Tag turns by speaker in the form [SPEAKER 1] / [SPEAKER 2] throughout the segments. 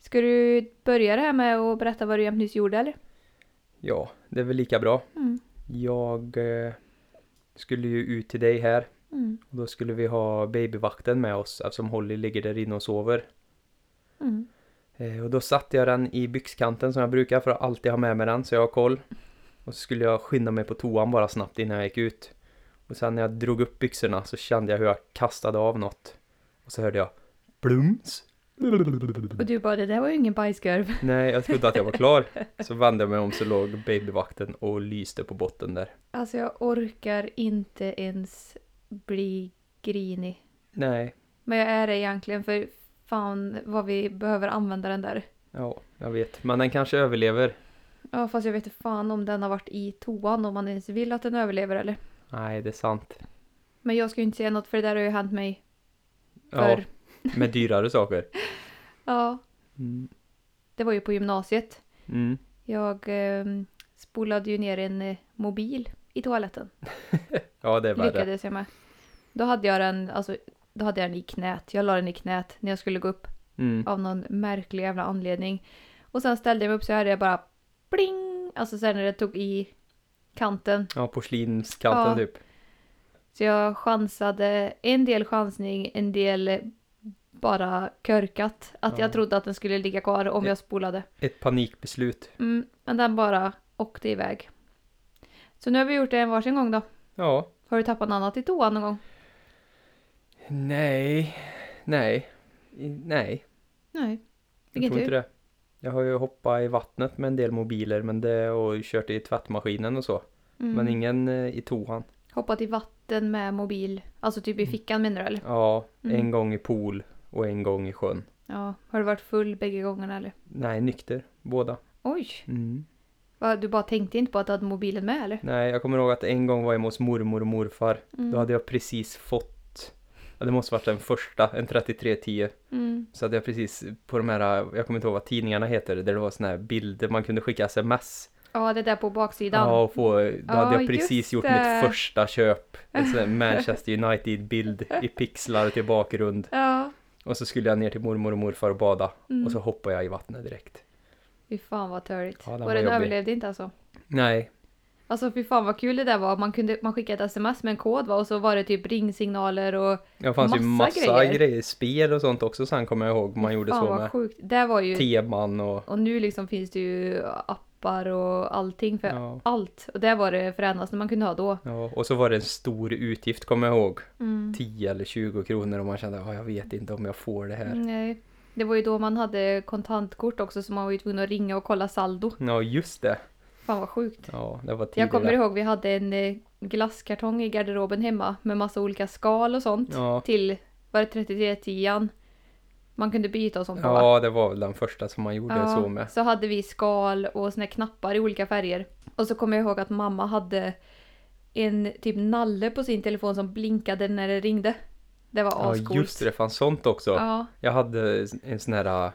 [SPEAKER 1] Ska du börja det här med att berätta vad du jämt nyss gjorde eller?
[SPEAKER 2] Ja, det är väl lika bra.
[SPEAKER 1] Mm.
[SPEAKER 2] Jag eh, skulle ju ut till dig här
[SPEAKER 1] Mm.
[SPEAKER 2] och då skulle vi ha babyvakten med oss eftersom Holly ligger där inne och sover.
[SPEAKER 1] Mm.
[SPEAKER 2] Eh, och då satte jag den i byxkanten som jag brukar för att alltid ha med mig den så jag har koll. Och så skulle jag skynda mig på toan bara snabbt innan jag gick ut. Och sen när jag drog upp byxorna så kände jag hur jag kastade av något. Och så hörde jag plums.
[SPEAKER 1] Och du bara, det där var ju ingen bajskorv.
[SPEAKER 2] Nej, jag trodde att jag var klar. Så vände jag mig om så låg babyvakten och lyste på botten där.
[SPEAKER 1] Alltså jag orkar inte ens bli grinig.
[SPEAKER 2] Nej,
[SPEAKER 1] Men jag är det egentligen för fan vad vi behöver använda den där.
[SPEAKER 2] ja, jag vet. Men den kanske överlever.
[SPEAKER 1] Ja fast jag vet inte fan om den har varit i toan om man ens vill att den överlever eller.
[SPEAKER 2] Nej, det är sant.
[SPEAKER 1] Men jag ska ju inte säga något för det där har ju hänt mig
[SPEAKER 2] Ja,
[SPEAKER 1] förr.
[SPEAKER 2] med dyrare saker.
[SPEAKER 1] Ja,
[SPEAKER 2] Mm.
[SPEAKER 1] det var ju på gymnasiet.
[SPEAKER 2] Mm.
[SPEAKER 1] Jag ehm, spolade ju ner en eh, mobil i toaletten.
[SPEAKER 2] Ja, det är värre.
[SPEAKER 1] Lyckades jag med. Då hade jag den, alltså, då hade jag den i knät. Jag la den i knät när jag skulle gå upp
[SPEAKER 2] Mm.
[SPEAKER 1] av någon märklig jävla anledning. Och sen ställde jag mig upp så hörde jag bara pling! Alltså sen när det tog i kanten.
[SPEAKER 2] Ja, porslinskanten
[SPEAKER 1] Ja.
[SPEAKER 2] typ.
[SPEAKER 1] Så jag chansade, en del chansning, en del eh, bara körkat. Att
[SPEAKER 2] Ja.
[SPEAKER 1] jag trodde att den skulle ligga kvar om jag spolade.
[SPEAKER 2] Ett panikbeslut.
[SPEAKER 1] Mm, men den bara åkte iväg. Så nu har vi gjort det en varsin gång då.
[SPEAKER 2] Ja.
[SPEAKER 1] Har du tappat något annat i toan någon gång?
[SPEAKER 2] Nej. Nej. I- Nej.
[SPEAKER 1] Nej.
[SPEAKER 2] Jag
[SPEAKER 1] Vilken
[SPEAKER 2] tror inte
[SPEAKER 1] tur.
[SPEAKER 2] det. Jag har ju hoppat i vattnet med en del mobiler men det, och kört i tvättmaskinen och så.
[SPEAKER 1] Mm.
[SPEAKER 2] Men ingen eh, i toan.
[SPEAKER 1] Hoppat i vatten med mobil. Alltså typ i fickan menar du eller?
[SPEAKER 2] Mm. Ja,
[SPEAKER 1] Mm.
[SPEAKER 2] en gång i pool och en gång i sjön.
[SPEAKER 1] Ja. Har du varit full bägge gångerna eller?
[SPEAKER 2] Nej, nykter. Båda.
[SPEAKER 1] Oj!
[SPEAKER 2] Mm.
[SPEAKER 1] Va, du bara tänkte inte på att du hade mobilen med eller?
[SPEAKER 2] Nej, jag kommer ihåg att en gång var jag hos mormor och morfar.
[SPEAKER 1] Mm.
[SPEAKER 2] Då hade jag precis fått, ja, det måste varit den första, en 3310.
[SPEAKER 1] Mm.
[SPEAKER 2] Så hade jag precis på de här, jag kommer inte ihåg vad tidningarna heter, där det var såna här bilder man kunde skicka sms.
[SPEAKER 1] Ja, det där på baksidan.
[SPEAKER 2] Ja, och få, då hade
[SPEAKER 1] Ja,
[SPEAKER 2] jag precis
[SPEAKER 1] just
[SPEAKER 2] gjort
[SPEAKER 1] det.
[SPEAKER 2] mitt första köp. En sån här Manchester United-bild i pixlar till bakgrund.
[SPEAKER 1] Ja.
[SPEAKER 2] Och så skulle jag ner till mormor och morfar och bada.
[SPEAKER 1] Mm.
[SPEAKER 2] Och så hoppade jag i vattnet direkt.
[SPEAKER 1] Fy fan vad törligt.
[SPEAKER 2] Ja, den
[SPEAKER 1] och
[SPEAKER 2] var
[SPEAKER 1] den
[SPEAKER 2] jobbig.
[SPEAKER 1] överlevde inte alltså.
[SPEAKER 2] Nej,
[SPEAKER 1] Alltså fy fan vad kul det där var. Man, kunde, man skickade ett sms med en kod va? och så var det typ ringsignaler och...
[SPEAKER 2] det fanns ju
[SPEAKER 1] Massa
[SPEAKER 2] massa
[SPEAKER 1] grejer.
[SPEAKER 2] grejer. spel och sånt också sen kommer jag ihåg. Man gjorde
[SPEAKER 1] fan
[SPEAKER 2] så
[SPEAKER 1] vad
[SPEAKER 2] med
[SPEAKER 1] sjukt. Det var ju...
[SPEAKER 2] teman och...
[SPEAKER 1] Och nu liksom finns det ju appar och allting för
[SPEAKER 2] Ja.
[SPEAKER 1] allt. Och det var det fränaste man kunde ha då.
[SPEAKER 2] Ja, och så var det en stor utgift kommer jag ihåg.
[SPEAKER 1] Mm.
[SPEAKER 2] 10 eller 20 kronor och man kände att jag vet inte om jag får det här.
[SPEAKER 1] Nej. Det var ju då man hade kontantkort också så man var ju tvungen att ringa och kolla saldo.
[SPEAKER 2] Ja, just det.
[SPEAKER 1] Fan vad sjukt.
[SPEAKER 2] Ja, det var tidigare.
[SPEAKER 1] Jag kommer ihåg vi hade en eh, glasskartong i garderoben hemma med massa olika skal och sånt.
[SPEAKER 2] Ja.
[SPEAKER 1] Till, var det 3310 Man kunde byta och sånt på, va?
[SPEAKER 2] Ja, det var väl den första som man gjorde så med.
[SPEAKER 1] så hade vi skal och såna här knappar i olika färger. Och så kommer jag ihåg att mamma hade en typ nalle på sin telefon som blinkade när det ringde. Det var
[SPEAKER 2] Ja,
[SPEAKER 1] ascoolt.
[SPEAKER 2] just det. Det fanns sånt också.
[SPEAKER 1] Ja,
[SPEAKER 2] Jag hade en sån här...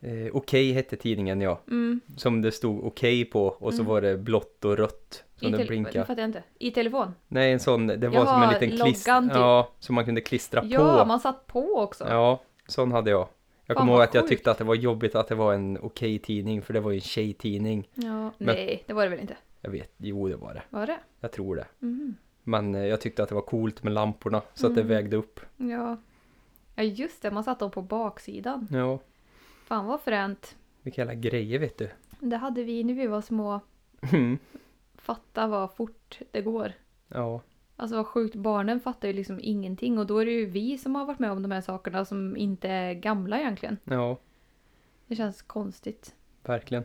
[SPEAKER 2] Eh, okej hette tidningen, ja.
[SPEAKER 1] mm.
[SPEAKER 2] Som det stod okej på och så
[SPEAKER 1] Mm.
[SPEAKER 2] var det blått och rött.
[SPEAKER 1] I,
[SPEAKER 2] Som det
[SPEAKER 1] tele- nu
[SPEAKER 2] blinkade.
[SPEAKER 1] fattar jag inte. I telefon?
[SPEAKER 2] Nej, en sån. Det var
[SPEAKER 1] Jaha,
[SPEAKER 2] som en liten klister.
[SPEAKER 1] loggan typ.
[SPEAKER 2] Ja, som man kunde klistra på.
[SPEAKER 1] Ja, man satt på också.
[SPEAKER 2] Ja, sån hade jag. Jag
[SPEAKER 1] Fan,
[SPEAKER 2] kommer ihåg
[SPEAKER 1] vad
[SPEAKER 2] att jag
[SPEAKER 1] sjukt.
[SPEAKER 2] tyckte att det var jobbigt att det var en okej tidning, för det var ju en tjejtidning.
[SPEAKER 1] Ja,
[SPEAKER 2] Men-
[SPEAKER 1] Nej, det var det väl inte?
[SPEAKER 2] Jag vet, jo det var det.
[SPEAKER 1] Var det?
[SPEAKER 2] Jag tror det.
[SPEAKER 1] Mhm.
[SPEAKER 2] Men eh, jag tyckte att det var coolt med lamporna, så att
[SPEAKER 1] Mm.
[SPEAKER 2] det vägde upp.
[SPEAKER 1] Ja. Ja just det, man satt dem på baksidan.
[SPEAKER 2] Ja,
[SPEAKER 1] Fan vad fränt.
[SPEAKER 2] vilka jävla grejer vet du.
[SPEAKER 1] Det hade vi när vi var små.
[SPEAKER 2] Mm.
[SPEAKER 1] Fatta vad fort det går.
[SPEAKER 2] ja,
[SPEAKER 1] Alltså vad sjukt, barnen fattar ju liksom ingenting och då är det ju vi som har varit med om de här sakerna som inte är gamla egentligen.
[SPEAKER 2] ja,
[SPEAKER 1] Det känns konstigt.
[SPEAKER 2] verkligen.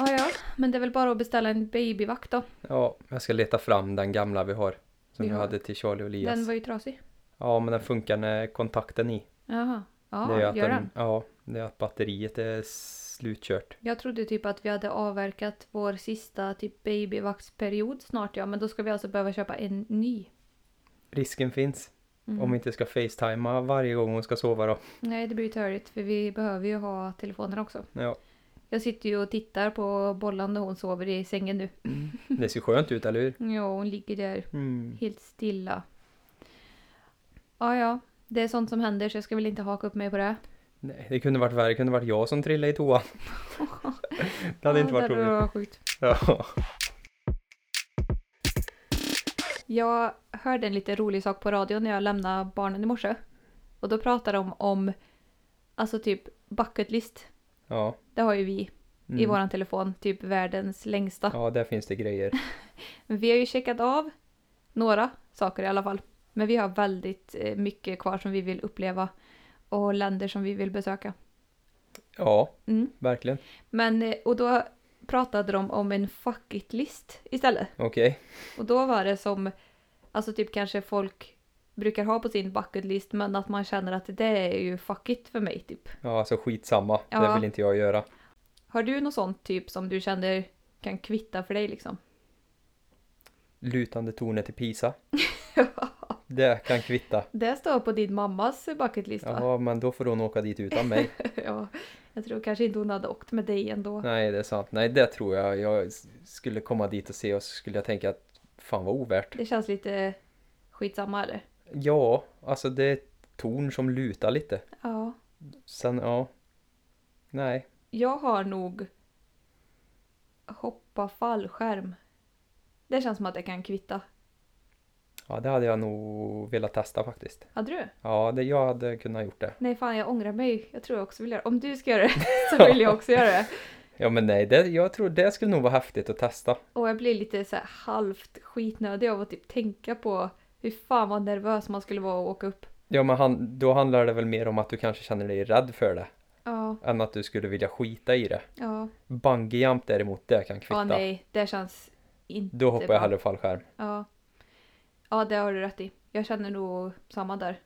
[SPEAKER 1] Ah, ja, men det är väl bara att beställa en babyvakt då.
[SPEAKER 2] Ja, jag ska leta fram den gamla vi har. Som
[SPEAKER 1] Vi
[SPEAKER 2] vi
[SPEAKER 1] har-
[SPEAKER 2] hade till Charlie och Elias.
[SPEAKER 1] Den var ju trasig.
[SPEAKER 2] Ja, men den funkar när kontakten i.
[SPEAKER 1] Jaha. Ja,
[SPEAKER 2] det är att
[SPEAKER 1] gör den.
[SPEAKER 2] Ja, det är att batteriet är slutkört.
[SPEAKER 1] Jag trodde typ att vi hade avverkat vår sista typ babyvaktsperiod snart ja, men då ska vi alltså behöva köpa en ny.
[SPEAKER 2] Risken finns.
[SPEAKER 1] Mm.
[SPEAKER 2] Om vi inte ska facetima varje gång hon ska sova då.
[SPEAKER 1] Nej, det blir ju törligt för vi behöver ju ha telefonen också.
[SPEAKER 2] Ja,
[SPEAKER 1] Jag sitter ju och tittar på bollan när hon sover i sängen nu.
[SPEAKER 2] det ser skönt ut, eller hur?
[SPEAKER 1] Mm. Ja, hon ligger där
[SPEAKER 2] Mm.
[SPEAKER 1] helt stilla. Ja, ja. Det är sånt som händer så jag ska väl inte haka upp mig på det.
[SPEAKER 2] Nej, det kunde varit värre. Det kunde varit jag som trillade i toan. det hade inte varit
[SPEAKER 1] det
[SPEAKER 2] roligt.
[SPEAKER 1] var sjukt.
[SPEAKER 2] Ja.
[SPEAKER 1] Jag hörde en lite rolig sak på radion när jag lämnade barnen i morse. Och då pratade de om, alltså typ bucket list.
[SPEAKER 2] Ja.
[SPEAKER 1] Det har ju vi i
[SPEAKER 2] Mm.
[SPEAKER 1] våran telefon, typ världens längsta.
[SPEAKER 2] ja, där finns det grejer.
[SPEAKER 1] Men vi har ju checkat av några saker i alla fall. Men vi har väldigt eh, mycket kvar som vi vill uppleva och länder som vi vill besöka.
[SPEAKER 2] Ja,
[SPEAKER 1] Mm.
[SPEAKER 2] verkligen.
[SPEAKER 1] Men, eh, och då pratade de om en fuck it-list istället.
[SPEAKER 2] Okej.
[SPEAKER 1] Och då var det som, alltså typ kanske folk brukar ha på sin bucket list men att man känner att det är ju fuck it för mig typ.
[SPEAKER 2] Ja, alltså skitsamma.
[SPEAKER 1] Ja.
[SPEAKER 2] Det vill inte jag göra.
[SPEAKER 1] Har du något sånt typ som du känner kan kvitta för dig liksom?
[SPEAKER 2] Lutande tornet i Pisa. det kan kvitta.
[SPEAKER 1] Det står på din mammas bucket list va?
[SPEAKER 2] Ja, men då får hon åka dit utan mig.
[SPEAKER 1] ja. Jag tror kanske inte hon hade åkt med dig ändå.
[SPEAKER 2] Nej, det är sant. Nej, det tror jag. Jag s- skulle komma dit och se och så skulle jag tänka att fan vad ovärt.
[SPEAKER 1] Det känns lite skitsamma eller?
[SPEAKER 2] Ja, alltså det är ett torn som lutar lite.
[SPEAKER 1] Ja.
[SPEAKER 2] Sen, ja. Nej.
[SPEAKER 1] Jag har nog hoppa fallskärm. Det känns som att det kan kvitta.
[SPEAKER 2] Ja, det hade jag nog velat testa faktiskt.
[SPEAKER 1] Hade du?
[SPEAKER 2] Ja, det, jag hade kunnat gjort det.
[SPEAKER 1] Nej fan jag ångrar mig. Jag tror jag också vill göra det. Om du ska göra det så vill jag också göra det.
[SPEAKER 2] Ja, men nej, det, jag tror det skulle nog vara häftigt att testa.
[SPEAKER 1] Och jag blir lite så här halvt skitnödig av att typ tänka på hur fan vad nervös man skulle vara att åka upp.
[SPEAKER 2] Ja, men han, då handlar det väl mer om att du kanske känner dig rädd för det
[SPEAKER 1] Ja,
[SPEAKER 2] än att du skulle vilja skita i det.
[SPEAKER 1] ja.
[SPEAKER 2] Bungee jump däremot, det kan
[SPEAKER 1] Ja
[SPEAKER 2] kvitta.
[SPEAKER 1] nej, det känns inte
[SPEAKER 2] Då hoppar
[SPEAKER 1] bra.
[SPEAKER 2] jag hellre fallskärm.
[SPEAKER 1] Ja. ja, det har du rätt i. Jag känner nog samma där.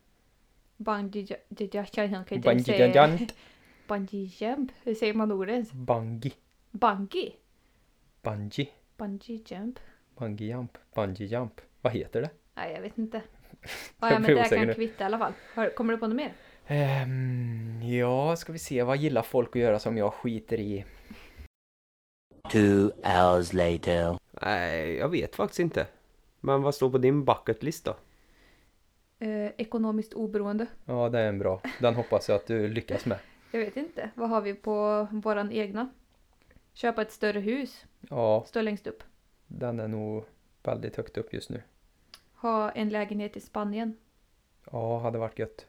[SPEAKER 1] Bungee ju- ju- jag kan jag kan inte ens
[SPEAKER 2] Bungee
[SPEAKER 1] säga-
[SPEAKER 2] jump.
[SPEAKER 1] Bungee jump? Hur säger man ordet ens?
[SPEAKER 2] Bungee.
[SPEAKER 1] Bungee?
[SPEAKER 2] Bungee.
[SPEAKER 1] Bungee jump?
[SPEAKER 2] Bungee jump. Bungee jump. Vad heter det?
[SPEAKER 1] Nej, jag vet inte. Ja,
[SPEAKER 2] Jag
[SPEAKER 1] ja men
[SPEAKER 2] blir
[SPEAKER 1] det
[SPEAKER 2] osäker
[SPEAKER 1] kan
[SPEAKER 2] nu.
[SPEAKER 1] kvitta i alla fall. Har- Kommer du på något mer?
[SPEAKER 2] Ehm, ja, ska vi se. Vad gillar folk att göra som jag skiter i?
[SPEAKER 3] Two hours later.
[SPEAKER 4] Nej, jag vet faktiskt inte. Men vad står på din bucket list då?
[SPEAKER 1] Eh, ekonomiskt oberoende.
[SPEAKER 2] Ja, det är en bra. Den hoppas jag att du lyckas med.
[SPEAKER 1] Jag vet inte. Vad har vi på våran egna? Köpa ett större hus.
[SPEAKER 2] Ja,
[SPEAKER 1] Står längst upp.
[SPEAKER 2] den är nog väldigt högt upp just nu.
[SPEAKER 1] Ha en lägenhet i Spanien.
[SPEAKER 2] Ja, hade varit gött.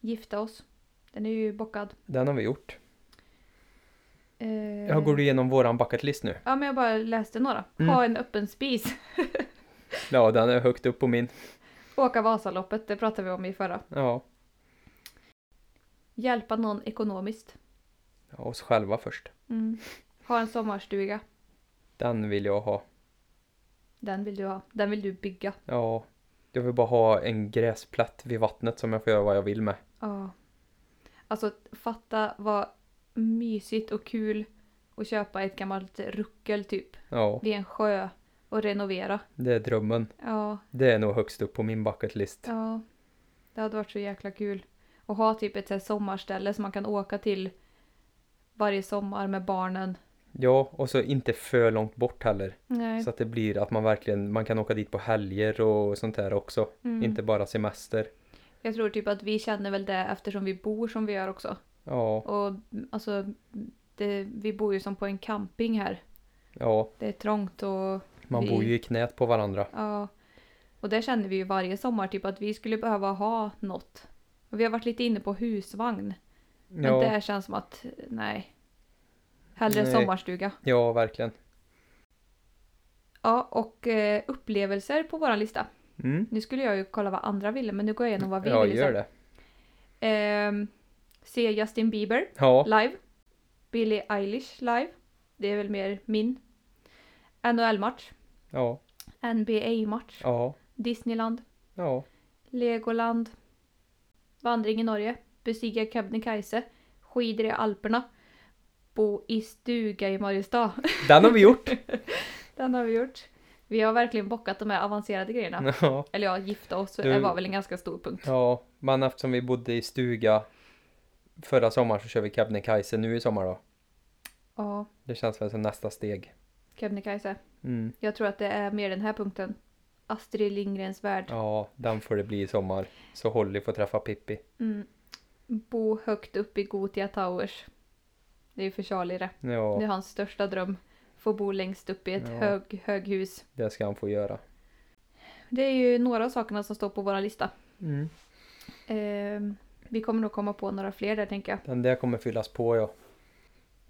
[SPEAKER 1] Gifta oss. Den är ju bockad.
[SPEAKER 2] Den har vi gjort.
[SPEAKER 1] Eh,
[SPEAKER 2] Ja, går du igenom våran bucket list nu?
[SPEAKER 1] Ja, men jag bara läste några. Ha en öppen spis.
[SPEAKER 2] Ja, den är högt upp på min.
[SPEAKER 1] Åka Vasaloppet, det pratade vi om i förra.
[SPEAKER 2] Ja,
[SPEAKER 1] Hjälpa någon ekonomiskt. Mm.
[SPEAKER 2] ja, oss själva först.
[SPEAKER 1] Ha en sommarstuga.
[SPEAKER 2] Den vill jag ha.
[SPEAKER 1] Den vill du ha. Den vill du bygga.
[SPEAKER 2] Ja, jag vill bara ha en gräsplätt vid vattnet som jag får göra vad jag vill med.
[SPEAKER 1] Ja. Alltså fatta vad mysigt och kul att köpa ett gammalt ruckel typ
[SPEAKER 2] Ja,
[SPEAKER 1] vid en sjö och renovera.
[SPEAKER 2] det är drömmen.
[SPEAKER 1] Ja,
[SPEAKER 2] Det är nog högst upp på min bucket list.
[SPEAKER 1] ja. Det hade varit så jäkla kul. Och ha typ ett så här sommarställe som man kan åka till varje sommar med barnen.
[SPEAKER 2] Ja, och så inte för långt bort heller.
[SPEAKER 1] Nej.
[SPEAKER 2] Så att det blir att man verkligen, man kan åka dit på helger och sånt där också. Inte bara semester.
[SPEAKER 1] Jag tror typ att vi känner väl det eftersom vi bor som vi gör också.
[SPEAKER 2] Ja,
[SPEAKER 1] Och mm, alltså, det, vi bor ju som på en camping här.
[SPEAKER 2] ja.
[SPEAKER 1] Det är trångt och...
[SPEAKER 2] Man
[SPEAKER 1] vi,
[SPEAKER 2] bor ju i knät på varandra.
[SPEAKER 1] Ja. Och det känner vi ju varje sommar, typ att vi skulle behöva ha något. Och vi har varit lite inne på husvagn. Men
[SPEAKER 2] Ja,
[SPEAKER 1] det känns som att, nej. Hellre
[SPEAKER 2] Nej.
[SPEAKER 1] sommarstuga.
[SPEAKER 2] ja verkligen.
[SPEAKER 1] Ja, och eh, upplevelser på våran lista.
[SPEAKER 2] Mm.
[SPEAKER 1] Nu skulle jag ju kolla vad andra ville, men nu går jag igenom vad vi
[SPEAKER 2] Ja,
[SPEAKER 1] ville.
[SPEAKER 2] gör
[SPEAKER 1] sen.
[SPEAKER 2] det.
[SPEAKER 1] Ehm, se Justin Bieber.
[SPEAKER 2] Ja,
[SPEAKER 1] live. Billie Eilish live. Det är väl mer min. NHL-match.
[SPEAKER 2] ja,
[SPEAKER 1] NBA-match.
[SPEAKER 2] ja,
[SPEAKER 1] Disneyland.
[SPEAKER 2] ja.
[SPEAKER 1] Legoland. Vandring i Norge. Bestiga Kebnekaise. Skidor i Alperna. Bo i stuga i Mariestad.
[SPEAKER 2] Den har vi gjort!
[SPEAKER 1] Den har vi gjort. Vi har verkligen bockat de här avancerade grejerna.
[SPEAKER 2] Ja,
[SPEAKER 1] Eller ja, gifta oss
[SPEAKER 2] Du-
[SPEAKER 1] det var väl en ganska stor punkt.
[SPEAKER 2] ja. Men eftersom vi bodde i stuga förra sommaren så kör vi Kebnekaise nu i sommar då.
[SPEAKER 1] Ja,
[SPEAKER 2] Det känns väl som nästa steg.
[SPEAKER 1] Kebnekaise.
[SPEAKER 2] Mm.
[SPEAKER 1] Jag tror att det är mer den här punkten. Astrid Lindgrens värld.
[SPEAKER 2] Ja, den får det bli i sommar. Så Holly får träffa Pippi.
[SPEAKER 1] Mm. Bo högt upp i Gotia Towers. Det är ju för Charlie det.
[SPEAKER 2] Ja,
[SPEAKER 1] Det är hans största dröm. Få bo längst upp i ett
[SPEAKER 2] Ja.
[SPEAKER 1] hög, höghus.
[SPEAKER 2] det ska han få göra.
[SPEAKER 1] Det är ju några av sakerna som står på vår lista.
[SPEAKER 2] Mm.
[SPEAKER 1] Ehm, vi kommer nog komma på några fler där tänker jag.
[SPEAKER 2] Den där kommer fyllas på, ja.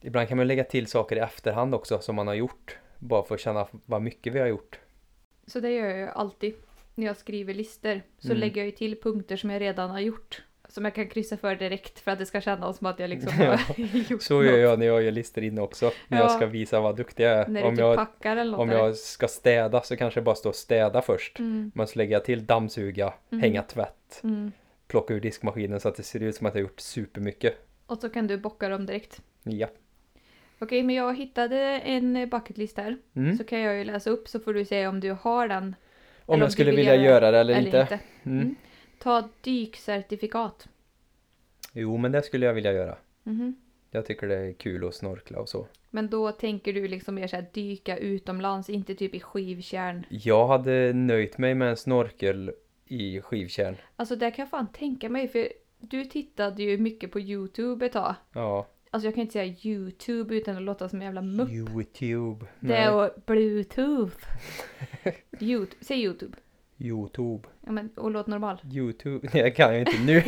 [SPEAKER 2] Ibland kan man lägga till saker i efterhand också som man har gjort. Bara för att känna vad mycket vi har gjort.
[SPEAKER 1] Så det gör jag ju alltid. När jag skriver listor så
[SPEAKER 2] Mm.
[SPEAKER 1] lägger jag ju till punkter som jag redan har gjort. Som jag kan kryssa för direkt för att det ska kännas som att jag liksom
[SPEAKER 2] Ja.
[SPEAKER 1] har gjort
[SPEAKER 2] Så gör
[SPEAKER 1] något.
[SPEAKER 2] jag när jag gör listor inne också. När jag
[SPEAKER 1] Ja.
[SPEAKER 2] ska visa vad duktig jag är.
[SPEAKER 1] När du
[SPEAKER 2] om
[SPEAKER 1] typ
[SPEAKER 2] jag,
[SPEAKER 1] packar eller något.
[SPEAKER 2] om
[SPEAKER 1] eller?
[SPEAKER 2] jag ska städa så kanske det bara står städa först.
[SPEAKER 1] Mm,
[SPEAKER 2] Men så lägger jag till dammsuga,
[SPEAKER 1] Mm.
[SPEAKER 2] hänga tvätt,
[SPEAKER 1] mm.
[SPEAKER 2] plocka ur diskmaskinen så att det ser ut som att jag har gjort supermycket.
[SPEAKER 1] Och så kan du bocka dem direkt.
[SPEAKER 2] Ja.
[SPEAKER 1] Okej, men jag hittade en bucketlist här.
[SPEAKER 2] Mm.
[SPEAKER 1] Så kan jag ju läsa upp så får du säga om du har den
[SPEAKER 2] Om
[SPEAKER 1] du
[SPEAKER 2] jag skulle
[SPEAKER 1] vill
[SPEAKER 2] vilja
[SPEAKER 1] göra-
[SPEAKER 2] göra det eller,
[SPEAKER 1] eller
[SPEAKER 2] inte.
[SPEAKER 1] inte.
[SPEAKER 2] Mm.
[SPEAKER 1] Mm. Ta dykcertifikat.
[SPEAKER 2] Jo, men det skulle jag vilja göra.
[SPEAKER 1] Mhm.
[SPEAKER 2] Jag tycker det är kul att snorkla och så.
[SPEAKER 1] Men då tänker du liksom mer såhär dyka utomlands, inte typ i skivkärn.
[SPEAKER 2] Jag hade nöjt mig med en snorkel i skivkärn.
[SPEAKER 1] Alltså det kan jag fan tänka mig för du tittade ju mycket på YouTube ett tag.
[SPEAKER 2] Ja.
[SPEAKER 1] Alltså jag kan inte säga YouTube utan att låta som en jävla mupp.
[SPEAKER 2] Youtube.
[SPEAKER 1] Det
[SPEAKER 2] Nej.
[SPEAKER 1] är och bluetooth. YouTube. Säg YouTube.
[SPEAKER 2] Youtube.
[SPEAKER 1] Ja, men, och låt normal. Ah,
[SPEAKER 2] Youtube. Nej, Jag kan ju inte nu.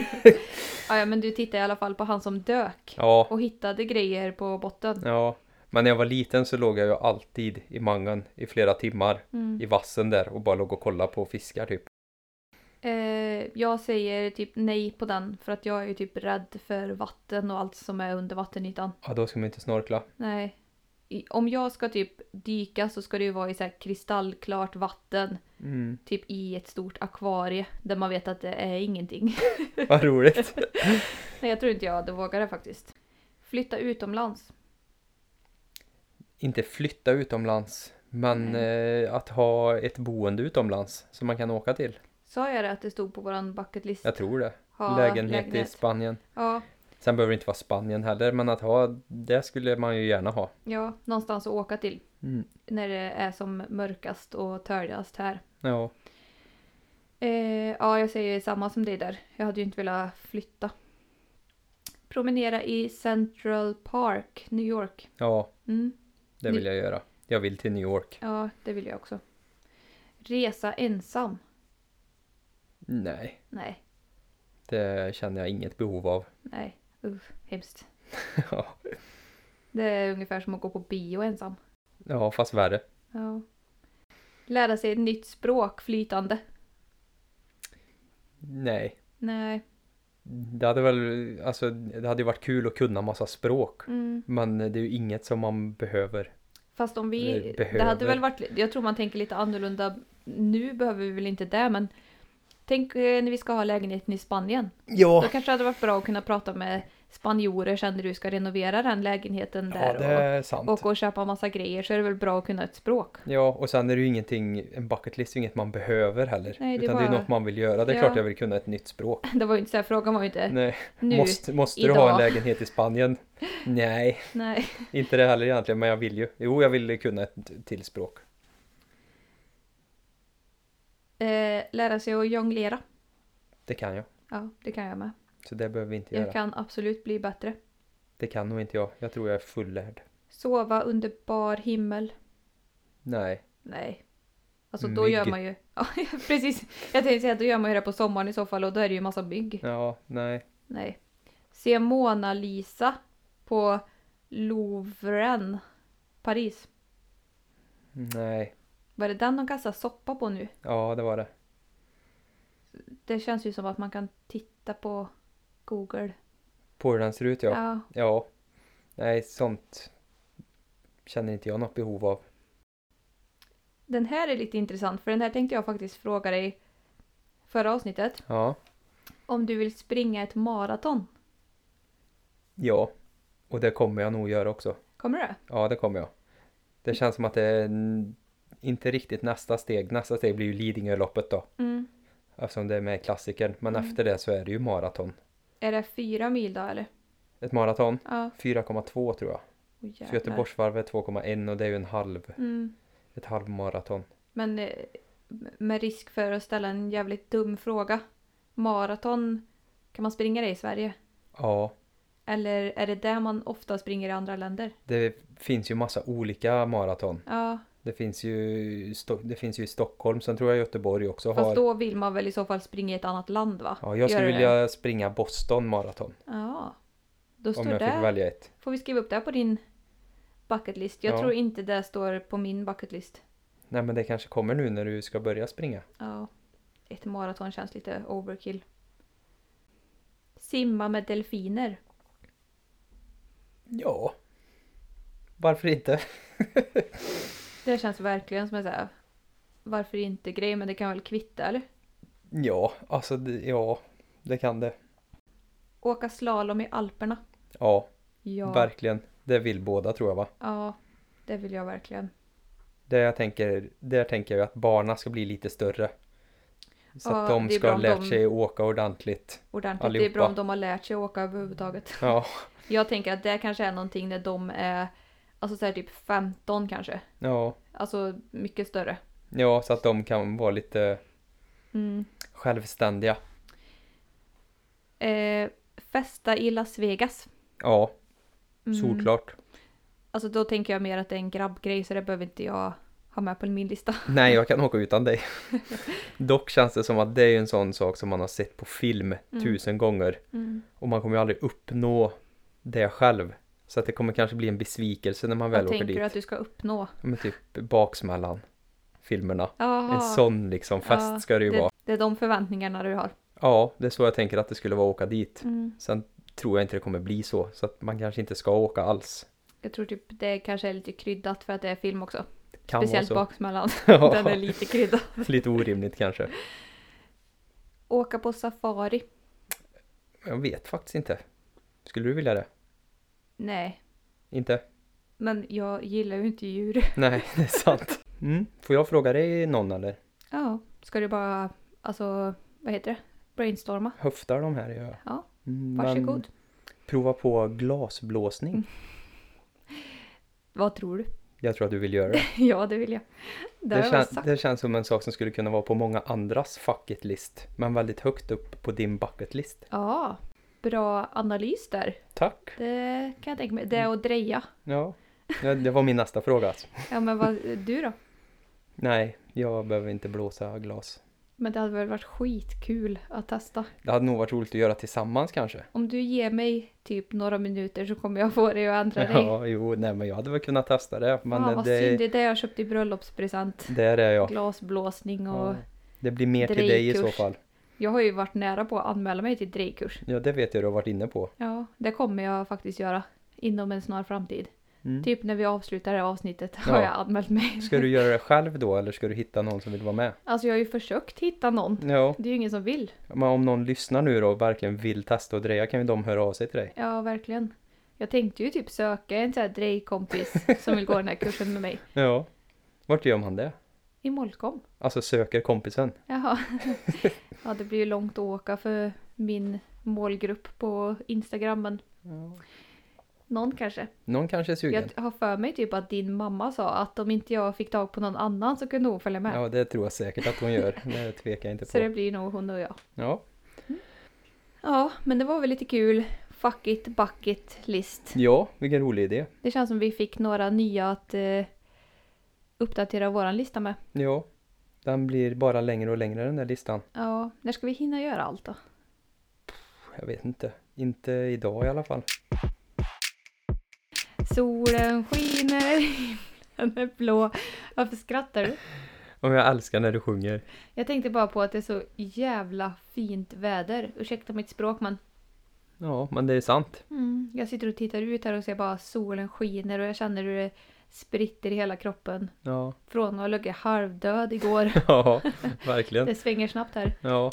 [SPEAKER 1] Ja, ja, men du tittade i alla fall på han som dök.
[SPEAKER 2] ja.
[SPEAKER 1] Och hittade grejer på botten.
[SPEAKER 2] Ja. Men när jag var liten så låg jag ju alltid i mangen i flera timmar
[SPEAKER 1] Mm.
[SPEAKER 2] i vassen där och bara låg och kollade på fiskar typ.
[SPEAKER 1] Eh, jag säger typ nej på den för att jag är ju typ rädd för vatten och allt som är under vattenytan.
[SPEAKER 2] Ja, då ska man inte snorkla.
[SPEAKER 1] Nej. I, om jag ska typ dyka så ska det ju vara i så här kristallklart vatten.
[SPEAKER 2] Mm.
[SPEAKER 1] Typ i ett stort akvarie där man vet att det är ingenting.
[SPEAKER 2] Vad roligt.
[SPEAKER 1] nej jag tror inte jag hade vågat det faktiskt. Flytta utomlands.
[SPEAKER 2] inte flytta utomlands, men eh, att ha ett boende utomlands som man kan åka till.
[SPEAKER 1] Sa jag det att det stod på våran bucketlist?
[SPEAKER 2] Jag tror det.
[SPEAKER 1] Ha
[SPEAKER 2] lägenhet, i
[SPEAKER 1] lägenhet.
[SPEAKER 2] Spanien.
[SPEAKER 1] Ja,
[SPEAKER 2] Sen behöver det inte vara Spanien heller, men att ha, det skulle man ju gärna ha.
[SPEAKER 1] ja, någonstans att åka till.
[SPEAKER 2] Mm.
[SPEAKER 1] När det är som mörkast och törligast här.
[SPEAKER 2] Ja,
[SPEAKER 1] Eh, ja, jag säger samma som dig där. Jag hade ju inte velat flytta. Promenera i Central Park, New York.
[SPEAKER 2] ja,
[SPEAKER 1] Mm,
[SPEAKER 2] det vill jag göra. Jag vill till New York.
[SPEAKER 1] ja, det vill jag också. Resa ensam?
[SPEAKER 2] Nej,
[SPEAKER 1] Nej,
[SPEAKER 2] det känner jag inget behov av.
[SPEAKER 1] nej. Uff, hemskt.
[SPEAKER 2] Ja.
[SPEAKER 1] Det är ungefär som att gå på bio ensam.
[SPEAKER 2] ja, fast värre.
[SPEAKER 1] Ja. Lära sig ett nytt språk flytande?
[SPEAKER 2] Nej.
[SPEAKER 1] Nej.
[SPEAKER 2] Det hade väl, alltså det hade ju varit kul att kunna massa språk.
[SPEAKER 1] Mm.
[SPEAKER 2] Men det är ju inget som man behöver.
[SPEAKER 1] Fast om vi...
[SPEAKER 2] Eller
[SPEAKER 1] Det hade
[SPEAKER 2] behöver.
[SPEAKER 1] väl varit... Jag tror man tänker lite annorlunda. Nu behöver vi väl inte det, men... Tänk eh, när vi ska ha lägenheten i Spanien.
[SPEAKER 2] Ja!
[SPEAKER 1] Då kanske det hade varit bra att kunna prata med spanjorer sen när du ska renovera den lägenheten
[SPEAKER 2] Ja,
[SPEAKER 1] där
[SPEAKER 2] det är sant.
[SPEAKER 1] och, och, gå och köpa massa grejer så är det väl bra att kunna ett språk.
[SPEAKER 2] Ja, och sen är det ju ingenting, en bucketlist är ju inget man behöver heller.
[SPEAKER 1] Nej, det är
[SPEAKER 2] utan det är
[SPEAKER 1] bara-
[SPEAKER 2] ju något man vill göra. Det är
[SPEAKER 1] Ja.
[SPEAKER 2] klart jag vill kunna ett nytt språk.
[SPEAKER 1] Det var ju inte så här, frågan var ju inte
[SPEAKER 2] Nej.
[SPEAKER 1] nu.
[SPEAKER 2] måste måste du ha en
[SPEAKER 1] idag.
[SPEAKER 2] lägenhet i Spanien? Nej,
[SPEAKER 1] Nej.
[SPEAKER 2] inte det heller egentligen, men jag vill ju. Jo, jag vill kunna ett till språk.
[SPEAKER 1] Eh, lära sig att jonglera.
[SPEAKER 2] Det kan jag.
[SPEAKER 1] Ja, det kan jag med.
[SPEAKER 2] Så det behöver vi inte göra.
[SPEAKER 1] Jag kan absolut bli bättre.
[SPEAKER 2] Det kan nog inte jag. Jag tror jag är fullärd.
[SPEAKER 1] Sova under bar himmel.
[SPEAKER 2] Nej.
[SPEAKER 1] Nej. Alltså då
[SPEAKER 2] Mygg.
[SPEAKER 1] gör man ju... Ja, precis. Jag tänkte säga att då gör man ju det på sommaren i så fall och då är det ju massa mygg.
[SPEAKER 2] Ja, nej.
[SPEAKER 1] Nej. Se Mona Lisa på Louvren, Paris.
[SPEAKER 2] Nej.
[SPEAKER 1] Var det den de kastade soppa på nu?
[SPEAKER 2] Ja, det var det.
[SPEAKER 1] Det känns ju som att man kan titta på Google.
[SPEAKER 2] På hur den ser ut, ja. ja.
[SPEAKER 1] Ja.
[SPEAKER 2] Nej, sånt känner inte jag något behov av.
[SPEAKER 1] Den här är lite intressant för den här tänkte jag faktiskt fråga dig förra avsnittet.
[SPEAKER 2] Ja.
[SPEAKER 1] Om du vill springa ett maraton,
[SPEAKER 2] Ja. Och det kommer jag nog göra också.
[SPEAKER 1] kommer du?
[SPEAKER 2] Ja, det kommer jag. Det känns som att det är n- inte riktigt nästa steg. Nästa steg blir ju Lidingöloppet då.
[SPEAKER 1] Mm.
[SPEAKER 2] Eftersom det är med i klassikern. Men
[SPEAKER 1] Mm.
[SPEAKER 2] efter det så är det ju maraton.
[SPEAKER 1] Är det fyra mil då eller?
[SPEAKER 2] Ett maraton,
[SPEAKER 1] Ja.
[SPEAKER 2] 4,2 tror
[SPEAKER 1] Åh,
[SPEAKER 2] jag.
[SPEAKER 1] jävlar.
[SPEAKER 2] Så Göteborgsvarvet 2,1 och det är ju en halv.
[SPEAKER 1] Mm.
[SPEAKER 2] Ett halvmaraton.
[SPEAKER 1] Men eh, med risk för att ställa en jävligt dum fråga. Maraton, kan man springa det i Sverige?
[SPEAKER 2] Ja,
[SPEAKER 1] Eller är det där man ofta springer i andra länder?
[SPEAKER 2] det finns ju massa olika maraton.
[SPEAKER 1] Ja,
[SPEAKER 2] Det finns ju, Sto- det finns ju i Stockholm, sen tror jag Göteborg också
[SPEAKER 1] fast
[SPEAKER 2] har.
[SPEAKER 1] då vill man väl i så fall springa i ett annat land va?
[SPEAKER 2] ja, jag skulle
[SPEAKER 1] Gör det.
[SPEAKER 2] vilja springa Boston maraton.
[SPEAKER 1] Ja. Då står
[SPEAKER 2] Om jag
[SPEAKER 1] det.
[SPEAKER 2] fick välja ett.
[SPEAKER 1] Får vi skriva upp det här på din bucket list? Jag
[SPEAKER 2] Ja.
[SPEAKER 1] tror inte det står på min bucket list.
[SPEAKER 2] Nej men det kanske kommer nu när du ska börja springa.
[SPEAKER 1] Ja. Ett maraton känns lite overkill. Simma med delfiner.
[SPEAKER 2] Ja. Varför inte?
[SPEAKER 1] Det känns verkligen som en så här, varför inte grej men det kan väl kvitta eller?
[SPEAKER 2] Ja, alltså det, ja, det kan det.
[SPEAKER 1] Åka slalom i Alperna.
[SPEAKER 2] Ja,
[SPEAKER 1] Ja.
[SPEAKER 2] verkligen. Det vill båda tror jag va?
[SPEAKER 1] ja, det vill jag verkligen.
[SPEAKER 2] Det jag tänker, där tänker jag att barna ska bli lite större. Så
[SPEAKER 1] Ja,
[SPEAKER 2] att de
[SPEAKER 1] det är bra
[SPEAKER 2] ska ha
[SPEAKER 1] om
[SPEAKER 2] lärt
[SPEAKER 1] de-
[SPEAKER 2] sig åka ordentligt.
[SPEAKER 1] Ordentligt. Det är
[SPEAKER 2] Allihopa.
[SPEAKER 1] bra om de har lärt sig att åka överhuvudtaget.
[SPEAKER 2] Ja,
[SPEAKER 1] Jag tänker att det kanske är någonting när de är alltså så här typ 15 kanske.
[SPEAKER 2] ja,
[SPEAKER 1] Alltså mycket större.
[SPEAKER 2] ja, så att de kan vara lite
[SPEAKER 1] Mm.
[SPEAKER 2] självständiga.
[SPEAKER 1] Eh, festa i Las Vegas.
[SPEAKER 2] Ja,
[SPEAKER 1] Mm.
[SPEAKER 2] solklart.
[SPEAKER 1] Alltså då tänker jag mer att det är en grabbgrej så det behöver inte jag ha med på min lista.
[SPEAKER 2] Nej, jag kan åka utan dig. Dock känns det som att det är ju en sån sak som man har sett på film
[SPEAKER 1] Mm.
[SPEAKER 2] tusen gånger. Och man kommer ju aldrig uppnå det själv. Så att det kommer kanske bli en besvikelse när man väl
[SPEAKER 1] Vad
[SPEAKER 2] åker
[SPEAKER 1] tänker
[SPEAKER 2] dit.
[SPEAKER 1] du att du ska uppnå?
[SPEAKER 2] Ja, Men typ baksmällan. Filmerna.
[SPEAKER 1] Jaha.
[SPEAKER 2] En sån liksom fest
[SPEAKER 1] Ja,
[SPEAKER 2] ska det ju
[SPEAKER 1] det,
[SPEAKER 2] vara.
[SPEAKER 1] det är de förväntningarna du har.
[SPEAKER 2] Ja, det är så jag tänker att det skulle vara att åka dit.
[SPEAKER 1] Mm.
[SPEAKER 2] Sen tror jag inte det kommer bli så. Så att man kanske inte ska åka alls.
[SPEAKER 1] Jag tror typ det kanske är lite kryddat för att det är film också.
[SPEAKER 2] Det kan
[SPEAKER 1] Speciellt
[SPEAKER 2] vara så.
[SPEAKER 1] baksmällan.
[SPEAKER 2] Ja.
[SPEAKER 1] Den är lite kryddad.
[SPEAKER 2] Lite orimligt kanske.
[SPEAKER 1] Åka på safari.
[SPEAKER 2] Jag vet faktiskt inte. Skulle du vilja det?
[SPEAKER 1] Nej,
[SPEAKER 2] Inte?
[SPEAKER 1] men jag gillar ju inte djur.
[SPEAKER 2] Nej, det är sant. Mm. Får jag fråga dig någon eller?
[SPEAKER 1] Ja, ska du bara, alltså, vad heter det? Brainstorma?
[SPEAKER 2] Höftar de här gör jag.
[SPEAKER 1] Ja,
[SPEAKER 2] Mm,
[SPEAKER 1] varsågod. Mm.
[SPEAKER 2] Men prova på glasblåsning.
[SPEAKER 1] Vad tror du?
[SPEAKER 2] Jag tror att du vill göra det.
[SPEAKER 1] ja, det vill jag. Det, har
[SPEAKER 2] Det,
[SPEAKER 1] jag väl
[SPEAKER 2] kän-
[SPEAKER 1] sagt.
[SPEAKER 2] det känns som en sak som skulle kunna vara på många andras bucket list. Men väldigt högt upp på din bucket list.
[SPEAKER 1] Ja, bra analys där.
[SPEAKER 2] Tack!
[SPEAKER 1] Det kan jag tänka mig. Det och dreja.
[SPEAKER 2] Ja, Ja, det var min nästa fråga. Alltså.
[SPEAKER 1] Ja, men vad, du då?
[SPEAKER 2] Nej, jag behöver inte blåsa glas.
[SPEAKER 1] Men det hade väl varit skitkul att testa.
[SPEAKER 2] Det hade nog varit roligt att göra tillsammans kanske.
[SPEAKER 1] Om du ger mig typ några minuter så kommer jag få dig att ändra dig.
[SPEAKER 2] Ja, jo, nej men jag hade väl kunnat testa det. Men
[SPEAKER 1] Fan vad synd,
[SPEAKER 2] det,
[SPEAKER 1] det är det jag köpte i bröllopspresent.
[SPEAKER 2] där är jag.
[SPEAKER 1] Glasblåsning och...
[SPEAKER 2] Ja. Det blir mer till dig i så
[SPEAKER 1] Drejkurs.
[SPEAKER 2] fall.
[SPEAKER 1] Jag har ju varit nära på att anmäla mig till drejkurs.
[SPEAKER 2] Ja, det vet jag du har varit inne på.
[SPEAKER 1] Ja, det kommer jag faktiskt göra inom en snar framtid.
[SPEAKER 2] Mm.
[SPEAKER 1] Typ när vi avslutar det här avsnittet har
[SPEAKER 2] Ja.
[SPEAKER 1] jag anmält mig.
[SPEAKER 2] Ska du göra det själv då eller ska du hitta någon som vill vara med?
[SPEAKER 1] Alltså jag har ju försökt hitta någon.
[SPEAKER 2] Ja,
[SPEAKER 1] Det är ju ingen som vill.
[SPEAKER 2] men om någon lyssnar nu då och verkligen vill testa och dreja kan ju de höra av sig till dig.
[SPEAKER 1] Ja, verkligen. Jag tänkte ju typ söka en sån här drejkompis som vill gå den här kursen med mig.
[SPEAKER 2] Ja. Vart gör man det?
[SPEAKER 1] I Molkom.
[SPEAKER 2] Alltså söker kompisen?
[SPEAKER 1] Jaha. Ja, det blir ju långt att åka för min målgrupp på Instagram, men någon kanske.
[SPEAKER 2] Någon kanske är sugen?
[SPEAKER 1] Jag har för mig typ att din mamma sa att om inte jag fick tag på någon annan så kunde hon följa med.
[SPEAKER 2] Ja, det tror jag säkert att hon gör. Det tvekar jag inte
[SPEAKER 1] Så det
[SPEAKER 2] på.
[SPEAKER 1] blir nog hon och jag.
[SPEAKER 2] Ja.
[SPEAKER 1] Ja, men det var väl lite kul. Fuck it, bucket list.
[SPEAKER 2] ja, vilken rolig idé.
[SPEAKER 1] Det känns som vi fick några nya att eh, uppdatera våran lista med.
[SPEAKER 2] Ja. Den blir bara längre och längre den där listan.
[SPEAKER 1] Ja, när ska vi hinna göra allt då?
[SPEAKER 2] Jag vet inte. Inte idag i alla fall.
[SPEAKER 1] Solen skiner, himlen är blå. Varför skrattar du?
[SPEAKER 2] Om jag älskar när du sjunger.
[SPEAKER 1] Jag tänkte bara på att det är så jävla fint väder. Ursäkta mitt språk men
[SPEAKER 2] Ja, men det är sant.
[SPEAKER 1] mm, jag sitter och tittar ut här och ser bara solen skiner och jag känner hur det spritter i hela kroppen.
[SPEAKER 2] Ja,
[SPEAKER 1] Från att ha legat halvdöd igår.
[SPEAKER 2] ja verkligen.
[SPEAKER 1] Det svänger snabbt här.
[SPEAKER 2] Ja.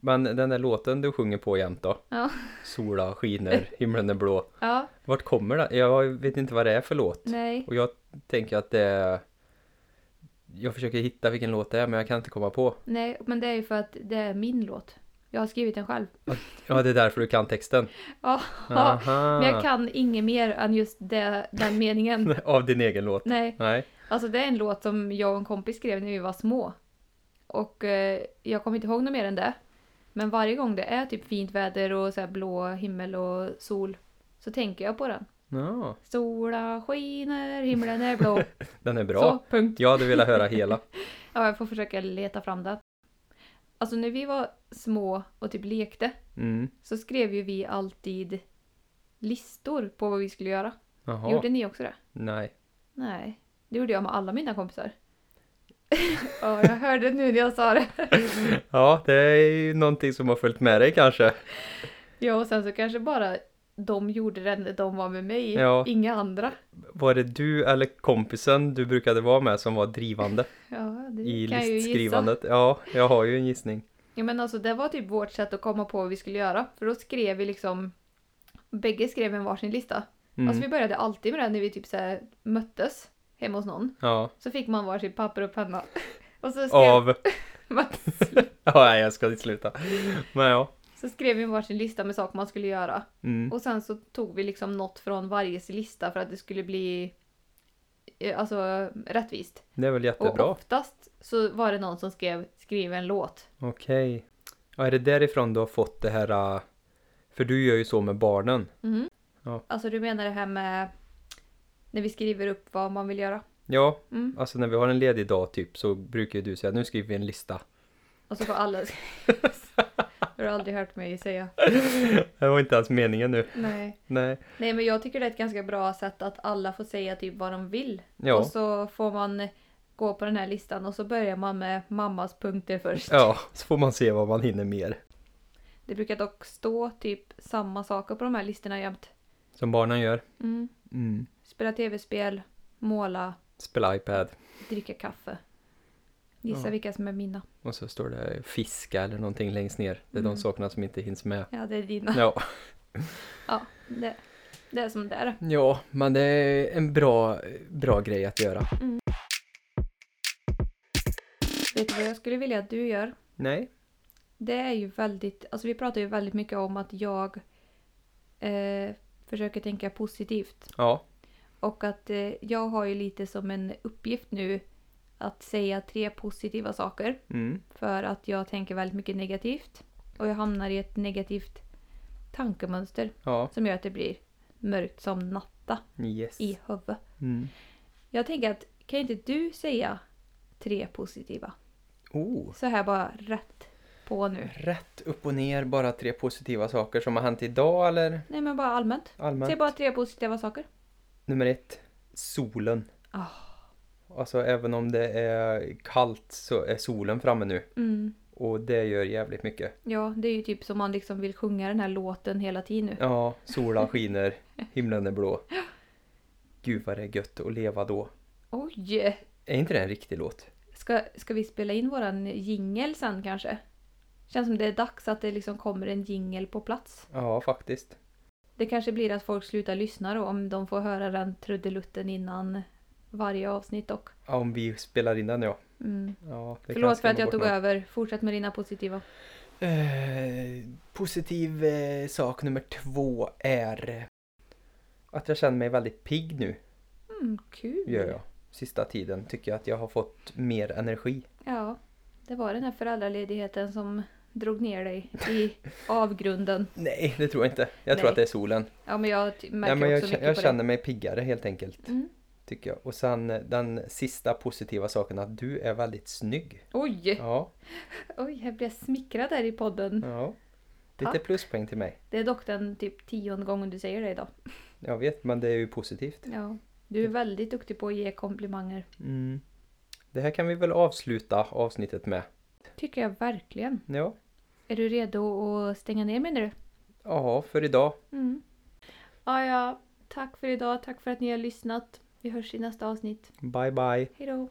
[SPEAKER 2] Men den där låten du sjunger på jämt då?
[SPEAKER 1] Ja.
[SPEAKER 2] Sola skiner, himlen är blå.
[SPEAKER 1] Ja,
[SPEAKER 2] Vart kommer den? Jag vet inte vad det är för låt.
[SPEAKER 1] nej.
[SPEAKER 2] Och jag tänker att det är... Jag försöker hitta vilken låt det är men jag kan inte komma på.
[SPEAKER 1] Nej, men det är ju för att det är min låt. Jag har skrivit den själv.
[SPEAKER 2] Ja, det är därför du kan texten.
[SPEAKER 1] Ja,
[SPEAKER 2] Aha.
[SPEAKER 1] men jag kan inget mer än just det, den meningen.
[SPEAKER 2] Av din egen låt?
[SPEAKER 1] Nej,
[SPEAKER 2] Nej.
[SPEAKER 1] Alltså det är en låt som jag och en kompis skrev när vi var små. Och eh, jag kommer inte ihåg något mer än det. Men varje gång det är typ fint väder och så här blå himmel och sol så tänker jag på den.
[SPEAKER 2] Ja,
[SPEAKER 1] Sola skiner, himlen är blå.
[SPEAKER 2] den är bra.
[SPEAKER 1] Så, punkt.
[SPEAKER 2] Jag hade velat höra hela.
[SPEAKER 1] Ja, jag får försöka leta fram det. Alltså när vi var små och typ lekte
[SPEAKER 2] Mm.
[SPEAKER 1] så skrev ju vi alltid listor på vad vi skulle göra.
[SPEAKER 2] Jaha.
[SPEAKER 1] Gjorde ni också det?
[SPEAKER 2] Nej.
[SPEAKER 1] Nej, det gjorde jag med alla mina kompisar. Ja, jag hörde nu när jag sa det.
[SPEAKER 2] Ja, det är ju någonting som har följt med dig kanske.
[SPEAKER 1] Ja, och sen så kanske bara de gjorde det när de var med mig,
[SPEAKER 2] Ja.
[SPEAKER 1] inga andra.
[SPEAKER 2] Var det du eller kompisen du brukade vara med som var drivande
[SPEAKER 1] Ja, det
[SPEAKER 2] i
[SPEAKER 1] kan jag ju gissa.
[SPEAKER 2] listskrivandet? Ja, jag har ju en gissning.
[SPEAKER 1] Ja, men alltså det var typ vårt sätt att komma på vad vi skulle göra. För då skrev vi liksom, bägge skrev en varsin lista.
[SPEAKER 2] Mm.
[SPEAKER 1] Alltså vi började alltid med det när vi typ så här möttes hemma hos någon.
[SPEAKER 2] Ja,
[SPEAKER 1] Så fick man varsin papper och penna. Och så skrev,
[SPEAKER 2] av...
[SPEAKER 1] man,
[SPEAKER 2] Ja, nej, jag ska inte sluta. Men ja.
[SPEAKER 1] så skrev vi varsin lista med saker man skulle göra.
[SPEAKER 2] Mm.
[SPEAKER 1] Och sen så tog vi liksom något från varje lista för att det skulle bli eh, alltså, rättvist.
[SPEAKER 2] Det är väl
[SPEAKER 1] Och
[SPEAKER 2] jättebra.
[SPEAKER 1] oftast så var det någon som skrev skriv en låt.
[SPEAKER 2] Okej. Ja, är det därifrån du har fått det här... äh, För du gör ju så med barnen.
[SPEAKER 1] Alltså du menar det här med när vi skriver upp vad man vill göra.
[SPEAKER 2] Ja,
[SPEAKER 1] Mm.
[SPEAKER 2] alltså när vi har en ledig dag typ så brukar ju du säga nu skriver vi en lista.
[SPEAKER 1] Och så får alla... Har du aldrig hört mig säga?
[SPEAKER 2] Det var inte ens meningen nu.
[SPEAKER 1] Nej.
[SPEAKER 2] Nej.
[SPEAKER 1] Nej men jag tycker det är ett ganska bra sätt att alla får säga typ vad de vill.
[SPEAKER 2] Ja.
[SPEAKER 1] Och så får man gå på den här listan och så börjar man med mammas punkter först.
[SPEAKER 2] Ja, så får man se vad man hinner mer.
[SPEAKER 1] Det brukar dock stå typ samma saker på de här listorna jämt.
[SPEAKER 2] Som barnen gör.
[SPEAKER 1] Mm.
[SPEAKER 2] Mm.
[SPEAKER 1] Spela tv-spel, måla,
[SPEAKER 2] Spela iPad.
[SPEAKER 1] dricka kaffe. Gissa
[SPEAKER 2] Ja.
[SPEAKER 1] vilka som är mina.
[SPEAKER 2] Och så står det fiska eller någonting längst ner. Det är de sakerna som inte hinns med.
[SPEAKER 1] Ja, det är dina.
[SPEAKER 2] Ja.
[SPEAKER 1] Ja, det, det är som det är.
[SPEAKER 2] ja, men det är en bra, bra grej att göra.
[SPEAKER 1] Vet du vad jag skulle vilja att du gör?
[SPEAKER 2] Nej.
[SPEAKER 1] Det är ju väldigt, alltså vi pratar ju väldigt mycket om att jag eh, försöker tänka positivt.
[SPEAKER 2] Ja.
[SPEAKER 1] Och att eh, jag har ju lite som en uppgift nu att säga tre positiva saker.
[SPEAKER 2] Mm.
[SPEAKER 1] För att jag tänker väldigt mycket negativt. Och jag hamnar i ett negativt tankemönster
[SPEAKER 2] Ja.
[SPEAKER 1] som gör att det blir mörkt som natta
[SPEAKER 2] Yes.
[SPEAKER 1] i huvudet.
[SPEAKER 2] Mm.
[SPEAKER 1] Jag tänker att kan inte du säga tre positiva?
[SPEAKER 2] Oh.
[SPEAKER 1] Så här bara rätt på nu.
[SPEAKER 2] Rätt upp och ner, bara tre positiva saker som har hänt idag eller
[SPEAKER 1] Nej men bara allmänt.
[SPEAKER 2] allmänt?
[SPEAKER 1] Säg bara tre positiva saker.
[SPEAKER 2] Nummer ett, solen.
[SPEAKER 1] Ah.
[SPEAKER 2] Alltså även om det är kallt så är solen framme nu
[SPEAKER 1] Mm.
[SPEAKER 2] och det gör jävligt mycket.
[SPEAKER 1] Ja, det är ju typ som man liksom vill sjunga den här låten hela tiden nu.
[SPEAKER 2] Ja, solen skiner, himlen är blå. Gud vad det är gött att leva då.
[SPEAKER 1] Oj!
[SPEAKER 2] Är inte det en riktig låt?
[SPEAKER 1] Ska, ska vi spela in våran jingel sen kanske? Känns som det är dags att det liksom kommer en jingel på plats.
[SPEAKER 2] Ja, faktiskt.
[SPEAKER 1] Det kanske blir att folk slutar lyssna då om de får höra den trudelutten innan varje avsnitt dock.
[SPEAKER 2] Ja, om vi spelar in den ja.
[SPEAKER 1] Mm.
[SPEAKER 2] ja det kan
[SPEAKER 1] Förlåt för
[SPEAKER 2] skrämma
[SPEAKER 1] att jag
[SPEAKER 2] bort
[SPEAKER 1] tog
[SPEAKER 2] någon.
[SPEAKER 1] över. Fortsätt med dina positiva.
[SPEAKER 2] Eh, positiv eh, sak nummer två är eh, att jag känner mig väldigt pigg nu.
[SPEAKER 1] Mm, kul!
[SPEAKER 2] gör jag. Sista tiden tycker jag att jag har fått mer energi.
[SPEAKER 1] Ja, det var den här föräldraledigheten som drog ner dig i avgrunden.
[SPEAKER 2] Nej, det tror jag inte. Jag tror
[SPEAKER 1] Nej.
[SPEAKER 2] att det är solen.
[SPEAKER 1] Ja, men jag ty- märker
[SPEAKER 2] Nej, men jag,
[SPEAKER 1] också
[SPEAKER 2] kä-
[SPEAKER 1] mycket
[SPEAKER 2] jag
[SPEAKER 1] på
[SPEAKER 2] känner mig piggare helt enkelt.
[SPEAKER 1] det. Mm.
[SPEAKER 2] Tycker jag. Och sen eh, den sista positiva saken att du är väldigt snygg.
[SPEAKER 1] Oj!
[SPEAKER 2] Ja. Mm.
[SPEAKER 1] Oj, jag blev smickrad där i podden.
[SPEAKER 2] ja. Lite
[SPEAKER 1] Tack.
[SPEAKER 2] pluspoäng till mig.
[SPEAKER 1] Det är dock den typ tionde gången du säger det idag.
[SPEAKER 2] Jag vet, men det är ju positivt.
[SPEAKER 1] Ja, du är väldigt duktig på att ge komplimanger.
[SPEAKER 2] Mm. Det här kan vi väl avsluta avsnittet med.
[SPEAKER 1] Tycker jag verkligen.
[SPEAKER 2] Ja,
[SPEAKER 1] Är du redo att stänga ner menar du?
[SPEAKER 2] ja för idag.
[SPEAKER 1] Mm. Ja, ja. Tack för idag. Tack för att ni har lyssnat. Vi hörs i nästa avsnitt.
[SPEAKER 2] Bye bye.
[SPEAKER 1] Hej då!